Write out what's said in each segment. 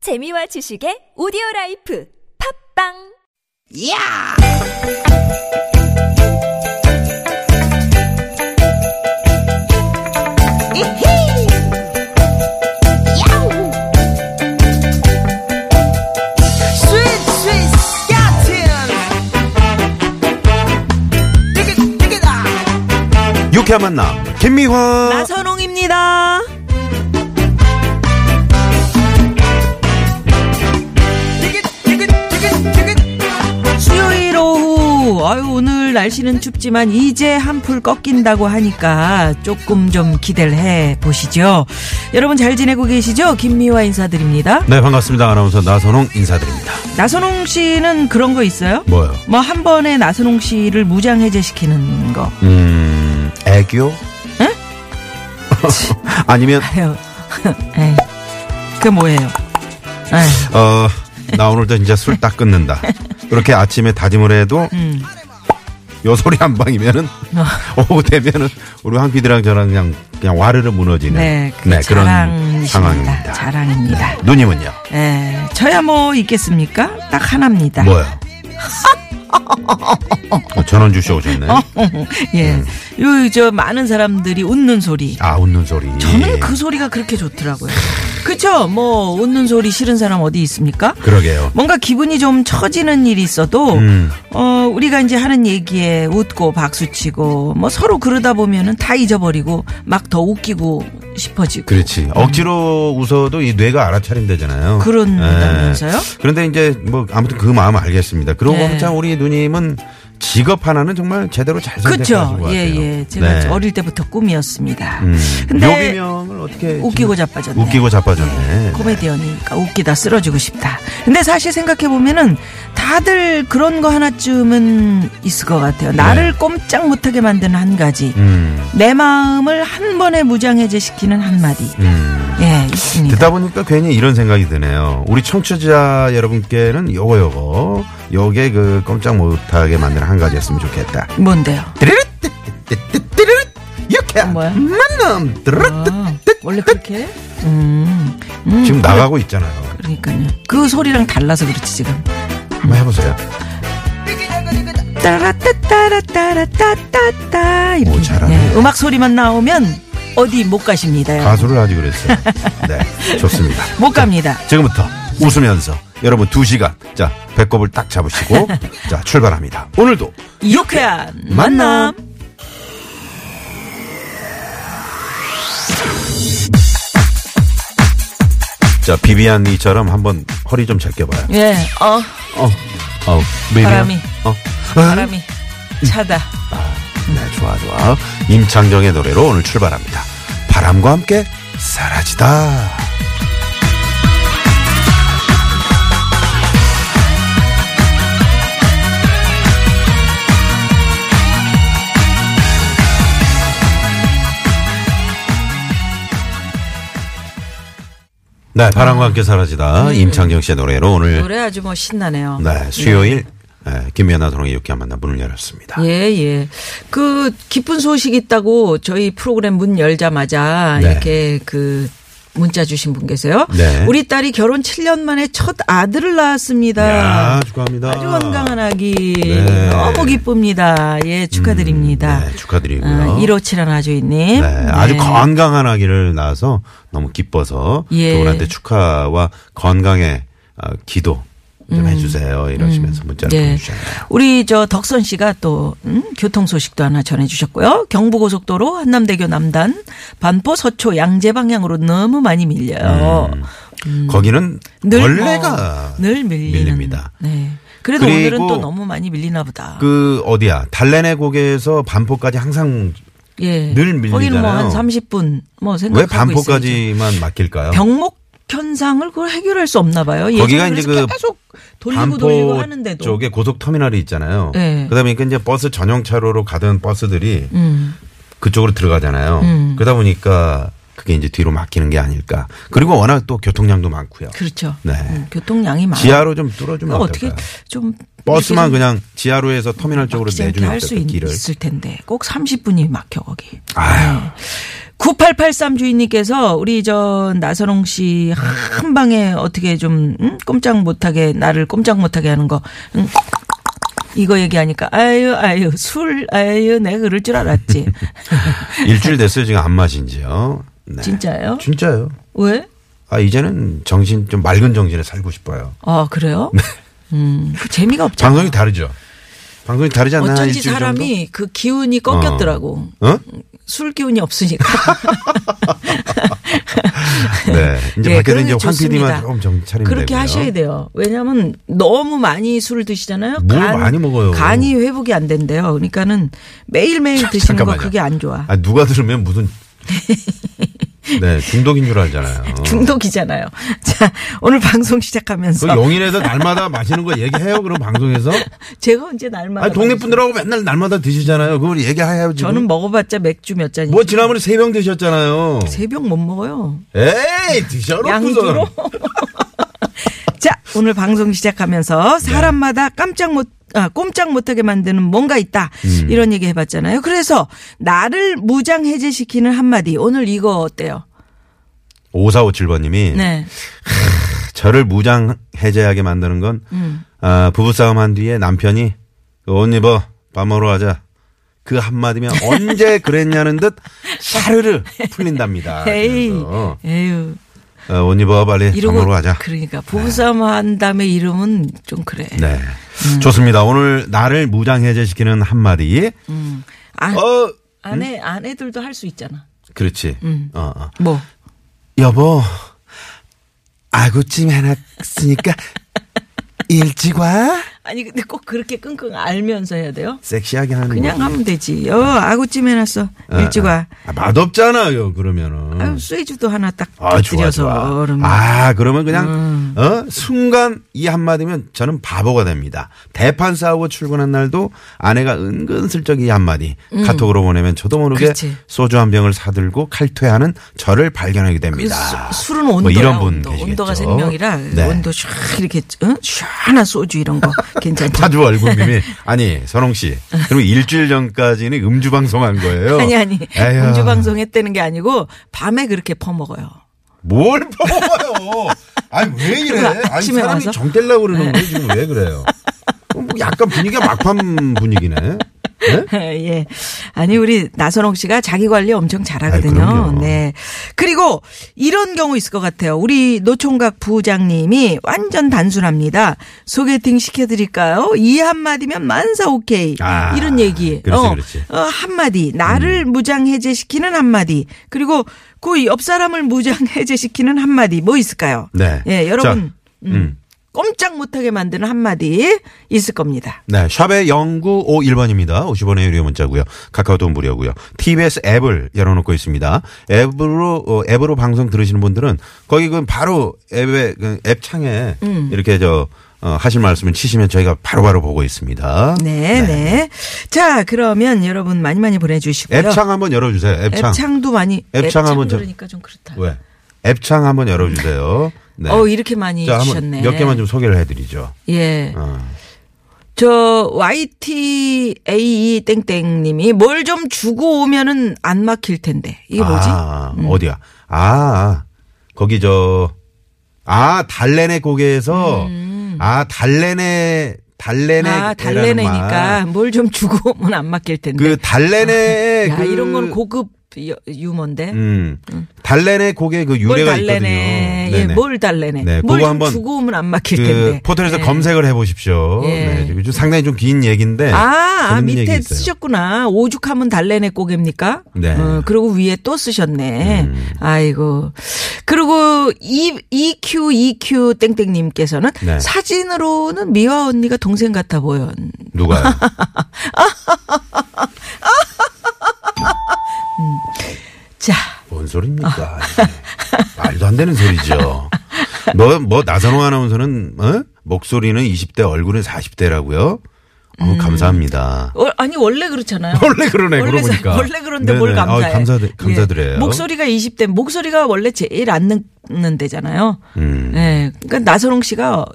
재미와 지식의 오디오 라이프 팝빵 야! 이히! 야우! 스윗, 스윗, 야틴! 띠깃, 띠깃아! 유쾌한 만남 김미화 나선홍입니다. 수요일 오후 아유 오늘 날씨는 춥지만 이제 한풀 꺾인다고 하니까 조금 좀 기대를 해 보시죠. 여러분 잘 지내고 계시죠? 김미화 인사드립니다. 네 반갑습니다 아나운서 나선홍 인사드립니다 나선홍 씨는 그런 거 있어요? 뭐요 뭐 한 번에 나선홍 씨를 무장 해제시키는 거. 음 애교 아니면 에휴, 에이, 네. 그게 뭐예요? 네. 에이, 어 나 오늘도 진짜 술 딱 끊는다 이렇게 아침에 다짐을 해도 음. 요 소리 한 방이면은 뭐. 오후 되면은 우리 황 PD랑 저랑 그냥 그냥 와르르 무너지는 네, 그 그런 자랑이십니다. 상황입니다 자랑입니다. 네. 누님은요 에, 저야 뭐 있겠습니까? 딱 하나입니다. 뭐요 어, 전원 주쇼 오셨네 예. 음. 요, 저, 많은 사람들이 웃는 소리. 아 웃는 소리 저는 그 소리가 그렇게 좋더라고요. 그쵸? 뭐, 웃는 소리 싫은 사람 어디 있습니까? 그러게요 뭔가 기분이 좀 처지는 일이 있어도, 음. 어, 우리가 이제 하는 얘기에 웃고 박수치고, 뭐 서로 그러다 보면은 다 잊어버리고, 막 더 웃기고 싶어지고. 그렇지. 억지로 웃어도 이 뇌가 알아차린다잖아요. 그런다면서요? 예. 그런데 이제 뭐 아무튼 그 마음 알겠습니다. 그러고 예. 보면 참 우리 누님은 직업 하나는 정말 제대로 잘 선택하신 그쵸? 것 같아요. 네. 예, 예. 제가 어릴 때부터 꿈이었습니다. 음. 근데, 요기명을 어떻게 웃기고 지금- 자빠졌네. 웃기고 자빠졌네. 코미디언이니까 그러니까 웃기다 쓰러지고 싶다. 근데 사실 생각해 보면은 다들 그런 거 하나쯤은 있을 것 같아요. 나를 꼼짝 못하게 만드는 한 가지. 네. 음. 내 마음을 한 번에 무장해제시키는 한마디. 음. 예, 있습니다. 듣다 보니까 괜히 이런 생각이 드네요. 우리 청취자 여러분께는 요거 요거 요게 그 깜짝 못하게 만드는 한 가지였으면 좋겠다. 뭔데요? 드르륵 드르륵 이렇게 어, 뭐야? 만남 드르륵 아, 원래 그렇게? 해? 음, 음, 지금 나가고 있잖아요. 그러니까요. 그 소리랑 달라서 그렇지 지금. 한번 해보세요. 따라따따라따라따따따 이렇게. 오, 잘하네. 예, 음악 소리만 나오면 어디 못 가십니다. 여러분. 가수를 하지 그랬어요. 네, 좋습니다. 못 갑니다. 지금부터 웃으면서 여러분 두 시간 자 배꼽을 딱 잡으시고 자 출발합니다. 오늘도 유쾌한 만남. 만남. 자 비비안 니처럼 한번 허리 좀 제껴봐요. 예, 어, 어, 어, 비비안. 바람이. 어, 바람이 차다. 네, 좋아 좋아. 임창정의 노래로 오늘 출발합니다. 바람과 함께 사라지다. 네, 바람과 함께 사라지다. 임창정 씨의 노래로 오늘 노래 아주 뭐 신나네요. 예. 네, 수요일 네, 김연아 선홍의 유쾌한 만남 문을 열었습니다. 예, 예. 그 기쁜 소식 있다고 저희 프로그램 문 열자마자 네. 이렇게 그 문자 주신 분 계세요. 네. 우리 딸이 결혼 7년 만에 첫 아들을 낳았습니다. 야, 축하합니다. 아주 건강한 아기. 네. 너무 기쁩니다. 예, 축하드립니다. 음, 네, 축하드리고요. 1571 아주인님. 네, 아주 네. 건강한 아기를 낳아서 너무 기뻐서 예. 그분한테 축하와 건강의 아, 기도 좀 해주세요 이러시면서 문자를 음. 예. 보내주셨네요. 우리 저 덕선 씨가 또 음, 교통 소식도 하나 전해 주셨고요. 경부고속도로 한남대교 남단 반포 서초 양재 방향으로 너무 많이 밀려요. 음. 거기는 음. 늘 원래가 뭐, 늘 밀리는. 밀립니다. 네. 그래도 그리고 오늘은 또 너무 많이 밀리나 보다. 그 어디야 달래내 곡에서 반포까지 항상 예. 늘 밀리잖아요. 거기는 뭐 한 30분 뭐 생각하고 왜 반포까지만 막힐까요? 있어야죠. 병목 현상을 그걸 해결할 수 없나 봐요. 예전에 거기가 이제 그래서 그 계속 돌리고 돌리고 반포 하는데도. 쪽에 고속터미널이 있잖아요. 네. 그러다 보니까 이제 버스 전용 차로로 가던 버스들이 음. 그쪽으로 들어가잖아요. 그러다 보니까 그게 이제 뒤로 막히는 게 아닐까. 그리고 워낙 또 교통량도 많고요. 그렇죠. 네. 음, 교통량이 많아. 지하로 좀 뚫어주면 어떻게 어떨까요? 좀 버스만 그냥 지하로에서 터미널 쪽으로 막지 않게 내주면 할수 어떨까? 길을. 있을 텐데 꼭 30분이 막혀 거기. 아유. 네. 9883 주인님께서 우리 저 나선홍 씨 한 방에 어떻게 좀 음? 꼼짝 못하게 나를 꼼짝 못하게 하는 거 음, 이거 얘기하니까 아유 아유 술 아유 내가 그럴 줄 알았지 일주일 됐어요 지금 안 마신지요. 네. 네. 진짜요? 진짜요. 왜? 아 이제는 정신 좀 맑은 정신에 살고 싶어요. 아 그래요? 네. 음 재미가 없잖아. 방송이 다르죠. 방송이 다르지 않나 어쩐지 일주일 정도? 사람이 그 기운이 꺾였더라고. 어? 술 기운이 없으니까. 네. 이제 예, 밖에는 그런 게 이제 황 좋습니다. PD만 조금 정차리면 그렇게 되고요. 하셔야 돼요. 왜냐하면 너무 많이 술을 드시잖아요. 뭘 많이 먹어요. 간이 회복이 안 된대요. 그러니까는 매일 매일 드시는 잠깐만요. 거 그게 안 좋아. 아 누가 들으면 무슨 네 중독인 줄 알잖아요. 중독이잖아요. 자 오늘 방송 시작하면서 그 용인에서 날마다 마시는 거 얘기해요 그럼 방송에서? 제가 언제 날마다 아니 동네 먹어요? 분들하고 맨날 날마다 드시잖아요. 그걸 얘기해야지. 저는 먹어봤자 맥주 몇 잔이. 뭐 지난번에 세 병 드셨잖아요. 새벽 못 먹어요. 에이 드셔놓고서. 양주로. 자, 오늘 방송 시작하면서 사람마다 깜짝 못 아, 꼼짝 못하게 만드는 뭔가 있다. 음. 이런 얘기 해봤잖아요. 그래서 나를 무장해제시키는 한마디. 오늘 이거 어때요? 5457번님이 네. 저를 무장 해제하게 만드는 건 음. 아, 부부싸움 한 뒤에 남편이 옷 입어 밥 먹으러 가자. 그 한마디면 언제 그랬냐는 듯 샤르르 풀린답니다. 에이, 아, 그래서, 에휴. 어, 옷 입어 빨리 밥 먹으러 가자. 그러니까 부부싸움 한 다음에 이름은 좀 그래. 네. 음. 좋습니다. 오늘 나를 무장해제시키는 한마디. 아, 어, 아내 아내들도 할 수 있잖아. 그렇지. 어, 어. 뭐 여보, 아구찜 하나 쓰니까 일찍 와. 아니 근데 꼭 그렇게 끙끙 알면서 해야 돼요? 섹시하게 하는 그냥 거. 하면 되지. 어 아구찜 해놨어. 어, 일찍 와. 어. 뭐? 아, 맛없잖아요, 그러면은. 아유, 쇠주도 하나 딱 음. 아, 좋아, 드려서 음. 좋아. 얼음. 아, 그러면 그냥, 어? 순간 이 한마디면 저는 바보가 됩니다. 대판 싸우고 출근한 날도 아내가 은근슬쩍 이 한마디 카톡으로 보내면 저도 모르게 음. 그렇지. 소주 한 병을 사들고 칼퇴하는 저를 발견하게 됩니다. 그 수- 술은 온도야. 뭐 이런 분 온도. 계시겠죠. 온도가 생명이라 네. 온도 샥 이렇게 응? 시원한 소주 이런 거 괜찮죠. 파주 얼굴님이 아니 선홍 씨 그럼 일주일 전까지는 음주 방송한 거예요? 아니 아니 에휴, 음주 방송 했다는 게 아니고 밤에 그렇게 퍼먹어요. 뭘 뽑아요? 아니 왜 이래? 그리고 아니 아침에 사람이 와서? 네. 정될라 그러는 거예요 지금 왜 그래요? 뭐 약간 분위기가 막판 분위기네. 네? 예. 아니 우리 나선홍 씨가 자기 관리 엄청 아이, 잘하거든요. 그럼요. 네. 그리고 이런 경우 있을 것 같아요. 우리 노총각 부장님이 완전 단순합니다. 소개팅 시켜드릴까요? 이 한마디면 만사 오케이. 아, 이런 얘기. 그렇지, 어, 그렇지. 음. 어, 한마디. 나를 무장해제시키는 한마디. 그리고 그 옆 사람을 무장해제시키는 한마디. 뭐 있을까요? 네. 예, 여러분. 자, 음, 음. 꼼짝 못하게 만드는 한마디 있을 겁니다. 네, 샵의 0951번입니다. 50원의 유료 문자고요. 카카오톡 무료고요. TBS 앱을 열어놓고 있습니다. 앱으로 어, 앱으로 방송 들으시는 분들은 거기 그 바로 앱에 그앱 창에 음. 이렇게 저 어, 하실 말씀을 치시면 저희가 바로바로 보고 있습니다. 네, 네. 자, 그러면 여러분 많이 많이 보내주시고요. 앱창 한번 열어주세요. 앱창. 도 많이. 앱창 한번 좀- 그러니까 좀 그렇다. 왜? 앱창 한번 열어주세요. 네. 어, 이렇게 많이 자, 한번 주셨네. 몇 개만 좀 소개를 해드리죠. 예. 어. 저 YTAE E 땡땡님이 뭘 좀 주고 오면은 안 막힐 텐데. 이게 뭐지? 음. 아, 어디야? 아, 거기 저, 아, 달래내 고개에서, 아, 달래내, 달래내. 음. 아, 달래내니까 뭘 좀 주고 오면 안 막힐 텐데. 아, 그 달래내. 야, 그, 이런 건 고급 유- 유머인데. 음, 달래내 고개 그 뭘 유래가 달래네. 있거든요. 예, 네네. 뭘 달래네. 네, 그거 뭘 좀 한번 주고 오면 안 막힐 그 텐데. 포털에서 예. 검색을 해보십시오. 예. 네, 지금 좀 상당히 좀 긴 얘기인데. 아, 아 네. 재밌는 얘기 밑에 있어요. 쓰셨구나. 오죽하면 달래내 꼬개입니까? 네. 음. 어, 그리고 위에 또 쓰셨네. 아이고. 그리고 이, EQ, EQ 땡땡님께서는 네. 사진으로는 미화 언니가 동생 같아 보여. 누가요? 자. 뭔 소리입니까? 이게. 말도 안 되는 소리죠. 뭐, 뭐, 나선호 아나운서는, 어? 목소리는 20대, 얼굴은 40대라고요? 어, 감사합니다. 어, 아니, 원래 그렇잖아요. 원래 그러네, 음. 원래, 그러고 사- 보니까. 원래 그런데 네네. 뭘 아, 감사해. 감사, 예. 감사드려요. 목소리가 20대, 목소리가 원래 제일 안 늙는 데잖아요. 음. 예. 그러니까 나선홍 씨가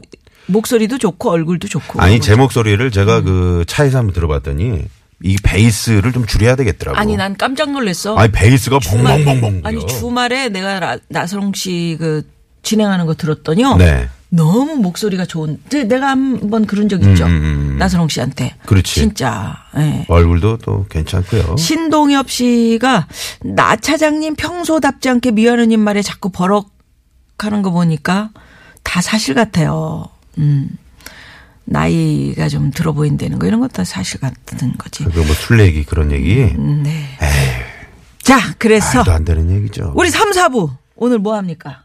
목소리도 좋고 얼굴도 좋고. 음. 아니, 제 목소리를 제가 그 차에서 한번 들어봤더니 이 베이스를 좀 줄여야 되겠더라고. 아니 난 깜짝 놀랐어. 아니, 베이스가 주말- 벙벙벙벙. 아니 주말에 내가 라- 나선홍 씨 그 진행하는 거 들었더니요. 네. 너무 목소리가 좋은. 근데 내가 한 번 그런 적 음, 있죠. 나선홍 씨한테. 그렇지. 진짜. 예. 얼굴도 또 괜찮고요. 신동엽 씨가 나 차장님 평소답지 않게 미아누님 말에 자꾸 버럭하는 거 보니까 다 사실 같아요. 음. 나이가 좀 들어 보인다는 거 이런 것도 사실 같은 거지. 그거 뭐술 얘기 그런 얘기 네. 자, 그래서 말도 안 되는 얘기죠. 우리 3, 4부 오늘 뭐 합니까?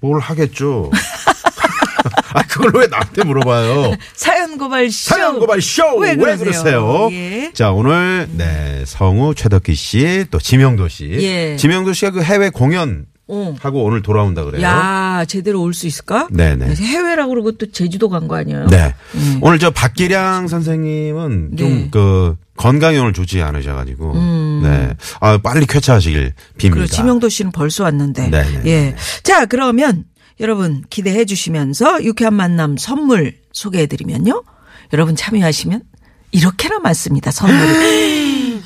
뭘 하겠죠. 아 그걸 왜 나한테 물어봐요. 사연 고발 쇼. 사연 고발 쇼! 왜 왜 그러세요? 그러세요? 예. 자, 오늘, 네, 성우 최덕기 씨, 또 지명도 씨. 예. 지명도 씨가 그 해외 공연 어. 하고 오늘 돌아온다 그래요. 야, 제대로 올 수 있을까? 네네. 그래서 해외라고 그러고 또 제주도 간 거 아니에요? 네. 오늘 저 박기량 선생님은 음. 네. 음. 좀 그 건강이 오늘 좋지 않으셔가지고. 네. 아, 빨리 쾌차하시길 빕니다. 그리고 지명도 씨는 벌써 왔는데. 네네. 예. 자, 그러면 여러분 기대해 주시면서 유쾌한 만남 선물 소개해 드리면요. 여러분 참여하시면 이렇게나 많습니다. 선물이.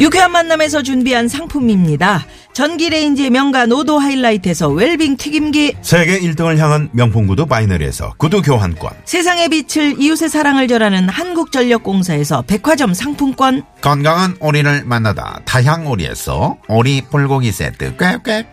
유쾌한 만남에서 준비한 상품입니다. 전기레인지의 명가 노도 하이라이트에서 웰빙 튀김기 세계 1등을 향한 명품 구두 바이너리에서 구두 교환권. 세상의 빛을 이웃의 사랑을 절하는 한국전력공사에서 백화점 상품권 건강한 오리를 만나다 다향 오리에서 오리 불고기 세트 꽥꽥.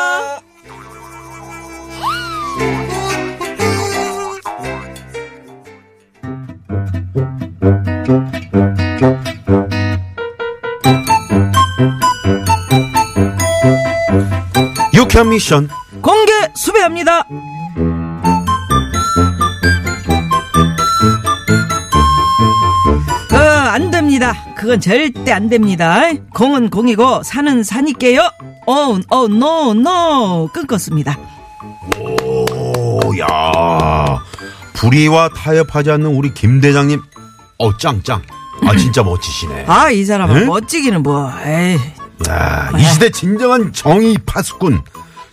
유쾌한 미션 공개 수배합니다. 어, 안 됩니다. 그건 절대 안 됩니다. 공은 공이고 산은 산이게요. 어, 어, 노, 노. 끊었습니다. 오야 불의와 타협하지 않는 우리 김 대장님 어 짱짱 아 진짜 멋지시네 아, 이 사람은 응? 멋지기는 뭐. 에이. 야, 이 시대 진정한 정의 파수꾼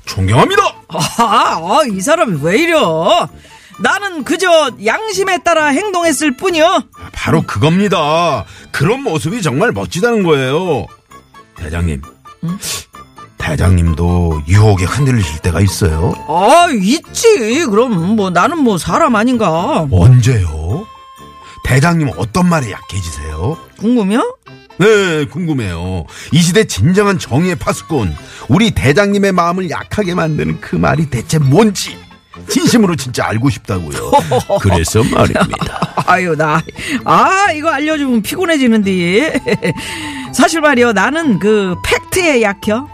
존경합니다 아, 어, 이 사람이 왜 이려? 나는 그저 양심에 따라 행동했을 뿐이요. 바로 그겁니다 그런 모습이 정말 멋지다는 거예요 대장님 대장님도 유혹에 흔들리실 때가 있어요 아, 있지. 그럼 뭐 나는 뭐 사람 아닌가. 언제요 대장님 어떤 말에 약해지세요 궁금해요? 네, 궁금해요. 이 시대 진정한 정의의 파수꾼, 우리 대장님의 마음을 약하게 만드는 그 말이 대체 뭔지 진심으로 진짜 알고 싶다고요. 그래서 말입니다. 아유 나 아 이거 알려주면 피곤해지는데 사실 말이요 나는 그 팩트에 약해요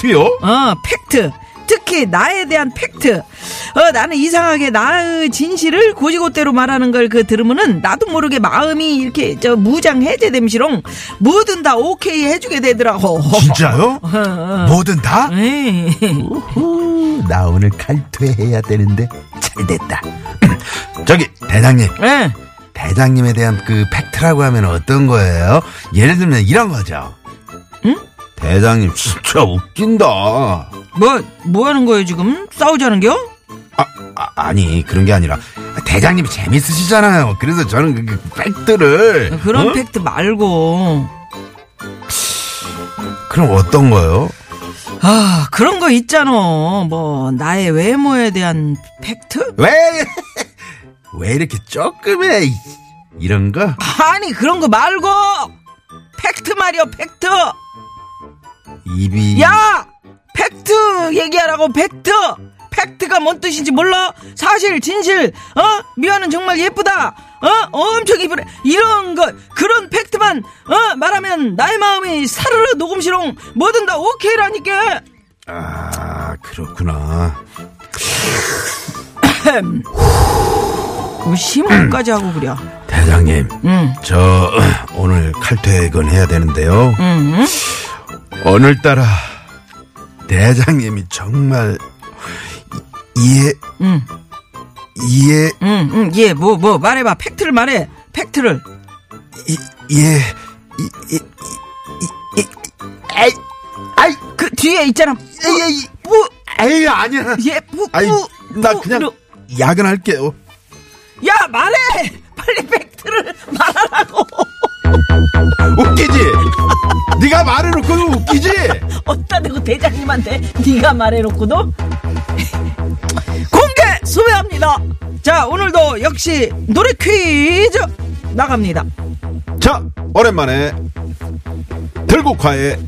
팩트요? 어 팩트 특히 나에 대한 팩트 어 나는 이상하게 나의 진실을 고지고대로 말하는 걸 그 들으면은 나도 모르게 마음이 이렇게 저 무장 해제됨시롱 뭐든 다 오케이 해주게 되더라고 진짜요? 뭐든 다? 어, 에이, 우후, 나 오늘 칼퇴해야 되는데 잘됐다. 저기 대장님, 에. 대장님에 대한 그 팩트라고 하면 어떤 거예요? 예를 들면 이런 거죠. 응? 대장님 진짜 웃긴다. 뭐, 뭐 하는 거예요, 지금? 싸우자는 겨? 아, 아, 아니 그런 게 아니라 아, 대장님이 재밌으시잖아요. 그래서 저는 그, 그 팩트를 아, 그런 어? 팩트 말고. 그럼 어떤 거요? 아, 그런 거 있잖아. 뭐, 나의 외모에 대한 팩트? 왜? 왜 이렇게 조금해? 이런 거? 아니, 그런 거 말고! 팩트 말이요, 팩트! 입이 야! 팩트 얘기하라고, 팩트! 팩트가 뭔 뜻인지 몰라? 사실, 진실, 어? 미아는 정말 예쁘다! 어? 엄청 이쁘래! 이런 것, 그런 팩트만, 어? 말하면 나의 마음이 사르르 녹음시롱, 뭐든 다 오케이라니까! 아 그렇구나. 뭐 심호흡까지 하고 그래. 대장님, 응. 저 오늘 칼퇴근해야 되는데요. 응. 오늘따라 대장님이 정말 이해 응. 이해 응, 응, 예, 뭐, 뭐, 말해봐. 팩트를 말해. 팩트를. 이- 예 이- 이- 에이, 아이, 그 뒤에 있잖아. 에이, 에이, 뿌, 에이 뭐, 아니야. 예, 뿌, 아이 뿌, 나 뿌, 그냥 이러- 야근할게요. 야, 말해! 빨리 팩트를 말하라고. 웃기지? 네가 말해놓고 웃기지? 어따 대고 대장님한테 네가 말해놓고도. 공개 수배합니다. 자, 오늘도 역시 노래 퀴즈 나갑니다. 자 오랜만에 들국화의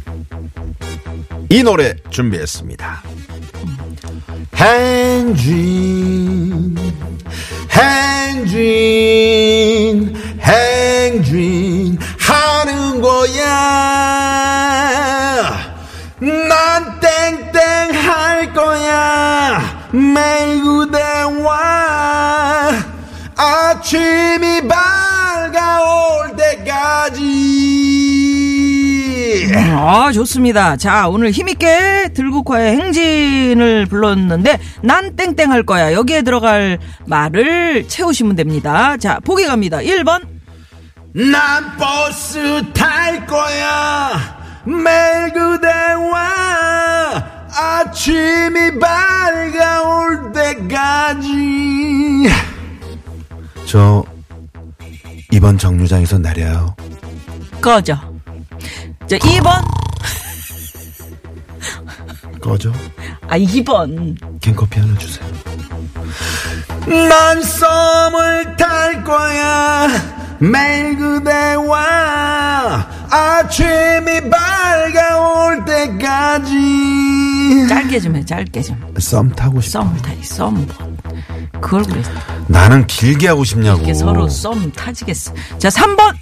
이 노래 준비했습니다. 행진 행진 행진 하는 거야 난 땡땡 할 거야 매일 그대와 아침이 밝아올 때까지 아, 좋습니다. 자, 오늘 힘있게 들국화의 행진을 불렀는데, 난 땡땡 할 거야. 여기에 들어갈 말을 채우시면 됩니다. 자, 보기 갑니다. 1번. 난 버스 탈 거야 매일 그대와 아침이 밝아올 때까지 저 이번 정류장에서 내려요 꺼져. 자, 2번. 꺼져 아, 2번. 캔커피 하나 주세요 난 썸을 탈 거야 매일 그대와 아침이 밝아올 때까지 짧게 좀 해, 짧게 좀. 썸 타고 싶어. 썸을 타지, 썸. 그걸 그래. 나는 길게 하고 싶냐고. 이게 서로 썸 타지겠어. 자, 3번.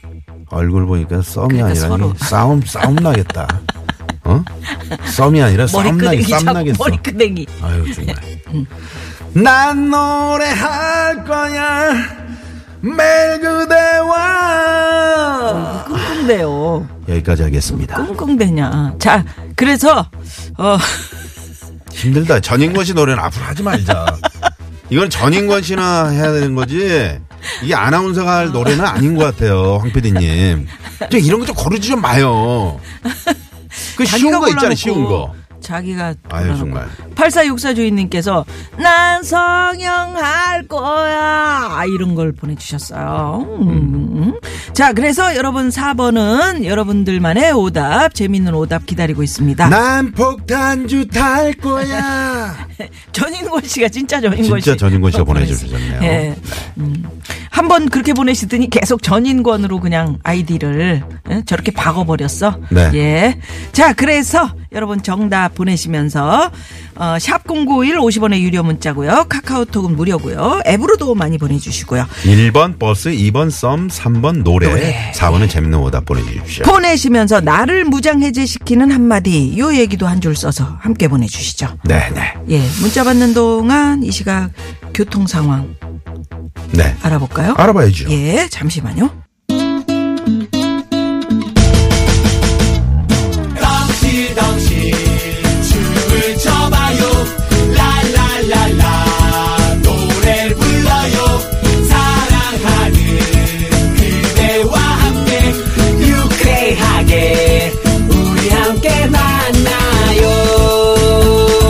얼굴 보니까 썸이 그러니까 아니라 서로. 싸움 싸움 나겠다. 어? 썸이 아니라 싸움 나겠 머리끄댕이 쌈 자꾸 나겠어. 머리끄댕이. 아유 정말. 난 노래할 거야 매일 그대와 끙끙대요. 여기까지 하겠습니다. 끙끙대냐. 자, 그래서, 어. 힘들다. 전인권 씨 노래는 앞으로 하지 말자. 이건 전인권 씨나 해야 되는 거지. 이게 아나운서가 할 노래는 아닌 것 같아요, 황 PD님. 좀 이런 거 좀 고르지 좀 마요. 그 쉬운 자기가 거 있잖아, 골라놓고 쉬운 거. 자기가 아유, 골라놓고. 정말. 8464 주인님께서 난 성형할 거야 아, 이런 걸 보내주셨어요 음. 자 그래서 여러분 4번은 여러분들만의 오답 재밌는 오답 기다리고 있습니다 난 폭탄주 탈 거야. 전인권 씨가 진짜 전인권 진짜 씨 전인권 씨가 보냈어요. 보내주셨네요. 예. 한 번 그렇게 보내시더니 계속 전인권으로 그냥 아이디를 예? 저렇게 박아버렸어. 네. 예. 자, 그래서 여러분 정답 보내시면서 어, 샵 0951 50원의 유료 문자고요. 카카오톡은 무료고요. 앱으로도 많이 보내주시고요. 1번 버스, 2번 썸, 3번 노래, 노래. 4번은 재밌는 오답 보내주십시오. 보내시면서 나를 무장해제시키는 한마디 요 얘기도 한 줄 써서 함께 보내주시죠. 네네. 예. 문자 받는 동안 이 시각 교통 상황 네. 알아볼까요? 알아봐야죠. 예, 잠시만요.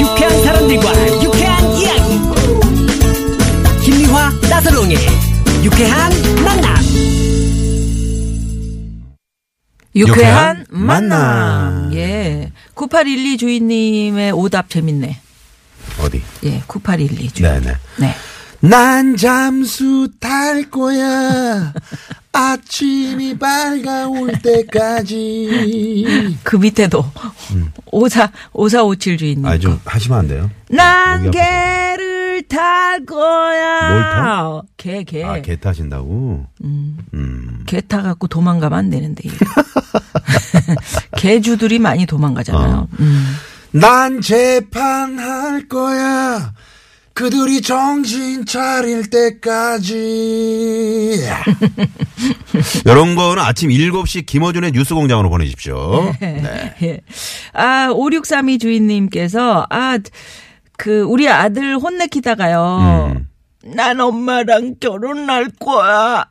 유쾌한 사람들과 유쾌한 이야기 김미화 나서롱의 유쾌한 만남 유쾌한 유쾌한 만남. 만남. 예. 9812 주인님의 오답 재밌네. 어디? 예. 네, 네. 9812 주인. 네네. 네. 난 잠수 탈 거야. 아침이 밝아올 때까지 그 밑에도 오사 오사오칠 주인님. 음. 아, 좀 하시면 안 돼요? 네. 난 목이 아파서. 개를 탈 거야. 뭘 타? 개, 개. 아, 개. 개 타신다고? 타갖고 도망가면 안 되는데. 이거. 개주들이 많이 도망가잖아요. 어. 음. 난 재판할 거야 그들이 정신 차릴 때까지 이런 거는 아침 7시 김어준의 뉴스 공장으로 보내십시오. 네. 예. 아, 5632 주인님께서, 아, 그, 우리 아들 음. 혼내키다가요. 난 엄마랑 결혼할 거야.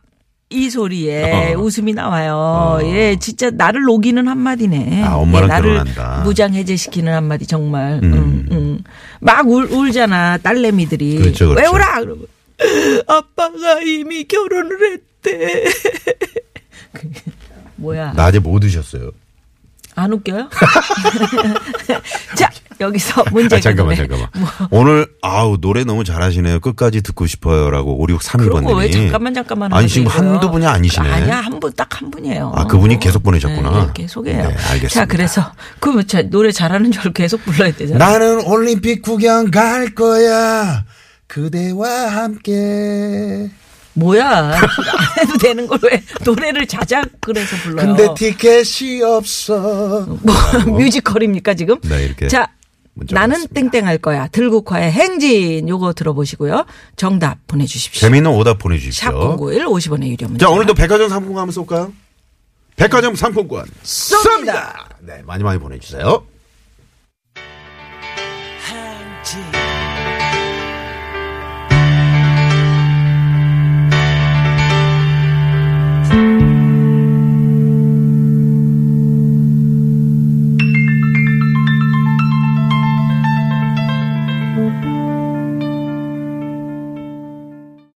이 소리에 어. 웃음이 나와요. 예, 진짜 나를 녹이는 한마디네. 아, 엄마랑 예, 나를 결혼한다. 무장해제시키는 한마디, 정말. 음, 음. 막 울, 울잖아, 딸내미들이. 그렇죠, 그렇죠. 왜 울어? 그러면, 아빠가 이미 결혼을 했대. 그, 뭐야. 낮에 못 드셨어요. 안 웃겨요? 자, 여기서 문제. 네. 뭐, 아, 잠깐만, 잠깐만. 오늘, 아우, 노래 너무 잘하시네요. 끝까지 듣고 싶어요. 라고 5632번님이. 그런 거왜 잠깐만 잠깐만 아니, 하세요, 지금 이거요? 한두 분이 아니시네. 아니야, 한 분 딱 한 분이에요. 아, 그분이 계속 보내셨구나. 네, 이렇게 소개해요. 네, 알겠습니다. 자, 그래서 그럼 저 노래 잘하는 줄 계속 불러야 되잖아. 나는 올림픽 구경 갈 거야 그대와 함께 뭐야? 안 해도 되는 걸 왜 노래를 자작 그래서 불러요? 근데 티켓이 없어 뭐 뮤지컬입니까 지금? 아, 네, 이렇게 자, 문자 나는 받았습니다. 땡땡 할 거야. 들국화의 행진 요거 들어보시고요. 정답 보내주십시오. 재미있는 오답 샵 보내주십시오. 091 50원의 유료 문자. 자, 오늘도 백화점 상품권 한번 쏠까요? 백화점 상품권 쏩니다. 네, 많이 많이 보내주세요.